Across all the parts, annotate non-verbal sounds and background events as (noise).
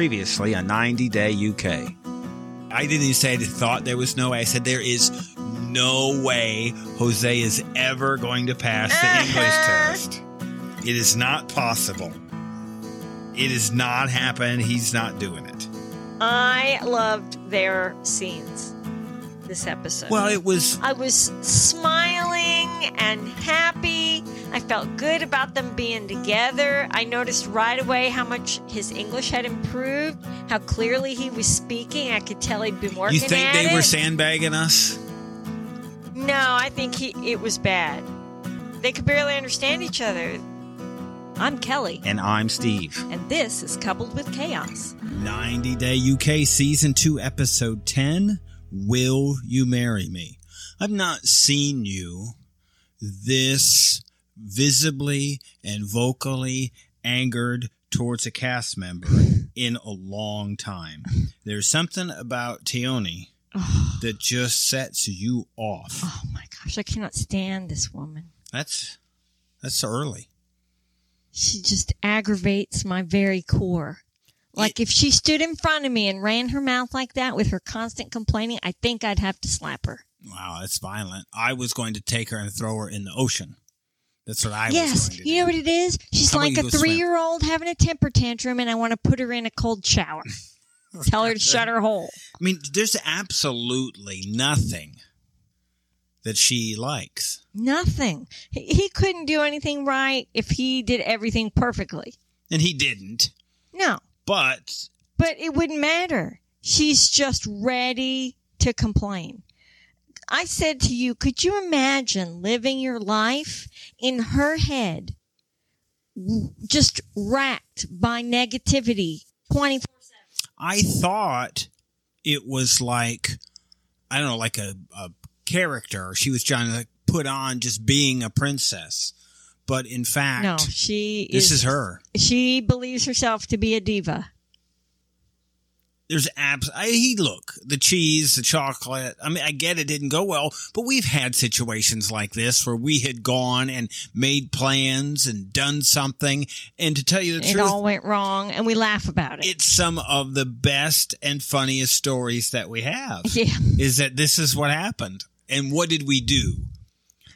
Previously, a 90 Day UK. I didn't even say I thought there was no way. I said there is no way Jose is ever going to pass the Uh-huh. English test. It is not possible. It has not happened. He's not doing it. I loved their scenes this episode. Well, it was I was smiling and happy. I felt good about them being together. I noticed right away how much his English had improved, how clearly he was speaking. I could tell he'd been working. you think at they it. were sandbagging us? No, I think he it was bad. They could barely understand each other. I'm Kelly, And I'm Steve. and this is Coupled with Chaos. 90 Day UK Season 2, Episode 10 Will You Marry Me? I've not seen you this visibly and vocally angered towards a cast member in a long time. There's something about Tioni that just sets you off. Oh my gosh, I cannot stand this woman. That's that's early. she just aggravates my very core. Like if she stood in front of me and ran her mouth like that with her constant complaining, I think I'd have to slap her. Wow, that's violent. I was going to take her and throw her in the ocean. That's what I was yes, going to do. you know what it is? She's How about like you a go swim? three-year-old having a temper tantrum, and I want to put her in a (laughs) cold shower. Tell her to shut her hole. I mean, there's absolutely nothing that she likes. Nothing. He- He couldn't do anything right if he did everything perfectly. And he didn't. No, But But it wouldn't matter. She's just ready to complain. I said to you, could you imagine living your life in her head, w- just racked by negativity 24? I thought it was like, I don't know, like a, a character she was trying to put on just being a princess. But in fact, No, she this is, is her. She believes herself to be a diva. There's abs. I, he look the cheese, the chocolate. I mean, I get it didn't go well, but we've had situations like this where we had gone and made plans and done something. And to tell you the It truth, all went wrong, and we laugh about it. it's some of the best and funniest stories that we have. (laughs) Yeah. Is that this is what happened. And what did we do?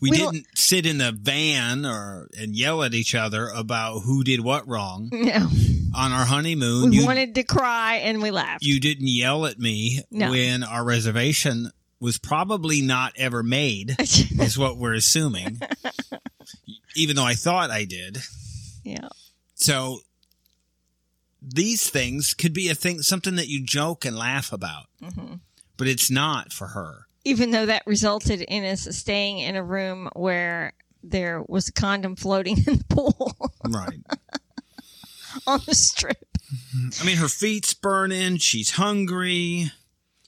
We, We don't- didn't sit in the van or and yell at each other about who did what wrong No, on our honeymoon. Mm. we you, wanted to cry, and we laughed. (laughs) you didn't yell at me No. when our reservation was probably not ever (laughs) made, is what we're assuming. Even though I thought I did. yeah. So these things could be a thing, something that you joke and laugh about, Mm-hmm. but it's not for her. even though that resulted in us staying in a room where there was a condom floating (laughs) in the pool Right. on the strip. I mean, her feet's burning. She's hungry.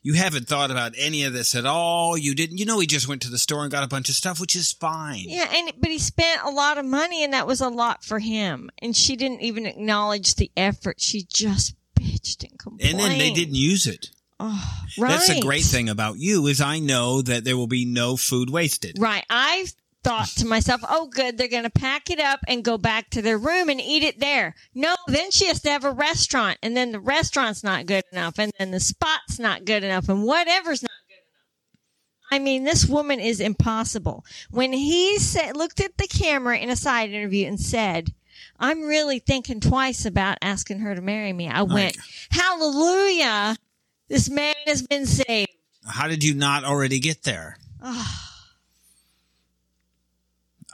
You haven't thought about any of this at all. You didn't. You know, he just went to the store and got a bunch of stuff, which is fine. Yeah, and but he spent a lot of money and that was a lot for him. And she didn't even acknowledge the effort. She just bitched and complained. And then they didn't use it. Right. That's a great thing about you is I know that there will be no food wasted. Right. I thought to myself, "Oh good, they're going to pack it up and go back to their room and eat it there." No, then she has to have a restaurant and then the restaurant's not good enough and then the spot's not good enough and whatever's not good enough. I mean, this woman is impossible. When he said looked at the camera in a side interview and said, "I'm really thinking twice about asking her to marry me." I went, "Hallelujah. This man has been saved." How did you not already get there?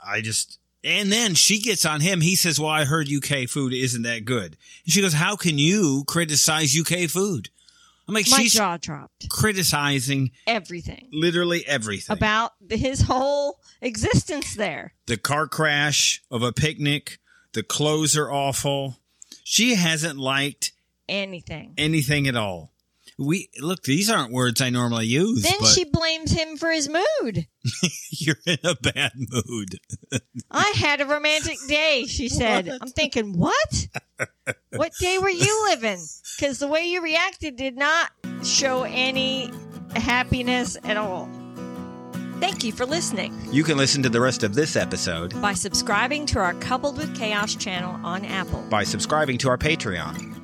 I just. And then she gets on him. He says, Well, I heard UK food isn't that good. And she goes, How can you criticize UK food? I'm like, My She's jaw dropped. criticizing Everything. literally everything about th- his whole existence there. the car crash of a picnic, the clothes are awful. She hasn't liked Anything. anything at all. We look, these aren't words I normally use. Then but she blames him for his mood. (laughs) you're in a bad mood. I had a romantic day, she said. I'm thinking, what? what day were you living? Because the way you reacted did not show any happiness at all. Thank you for listening You can listen to the rest of this episode by subscribing to our Coupled with Chaos channel on Apple by subscribing to our Patreon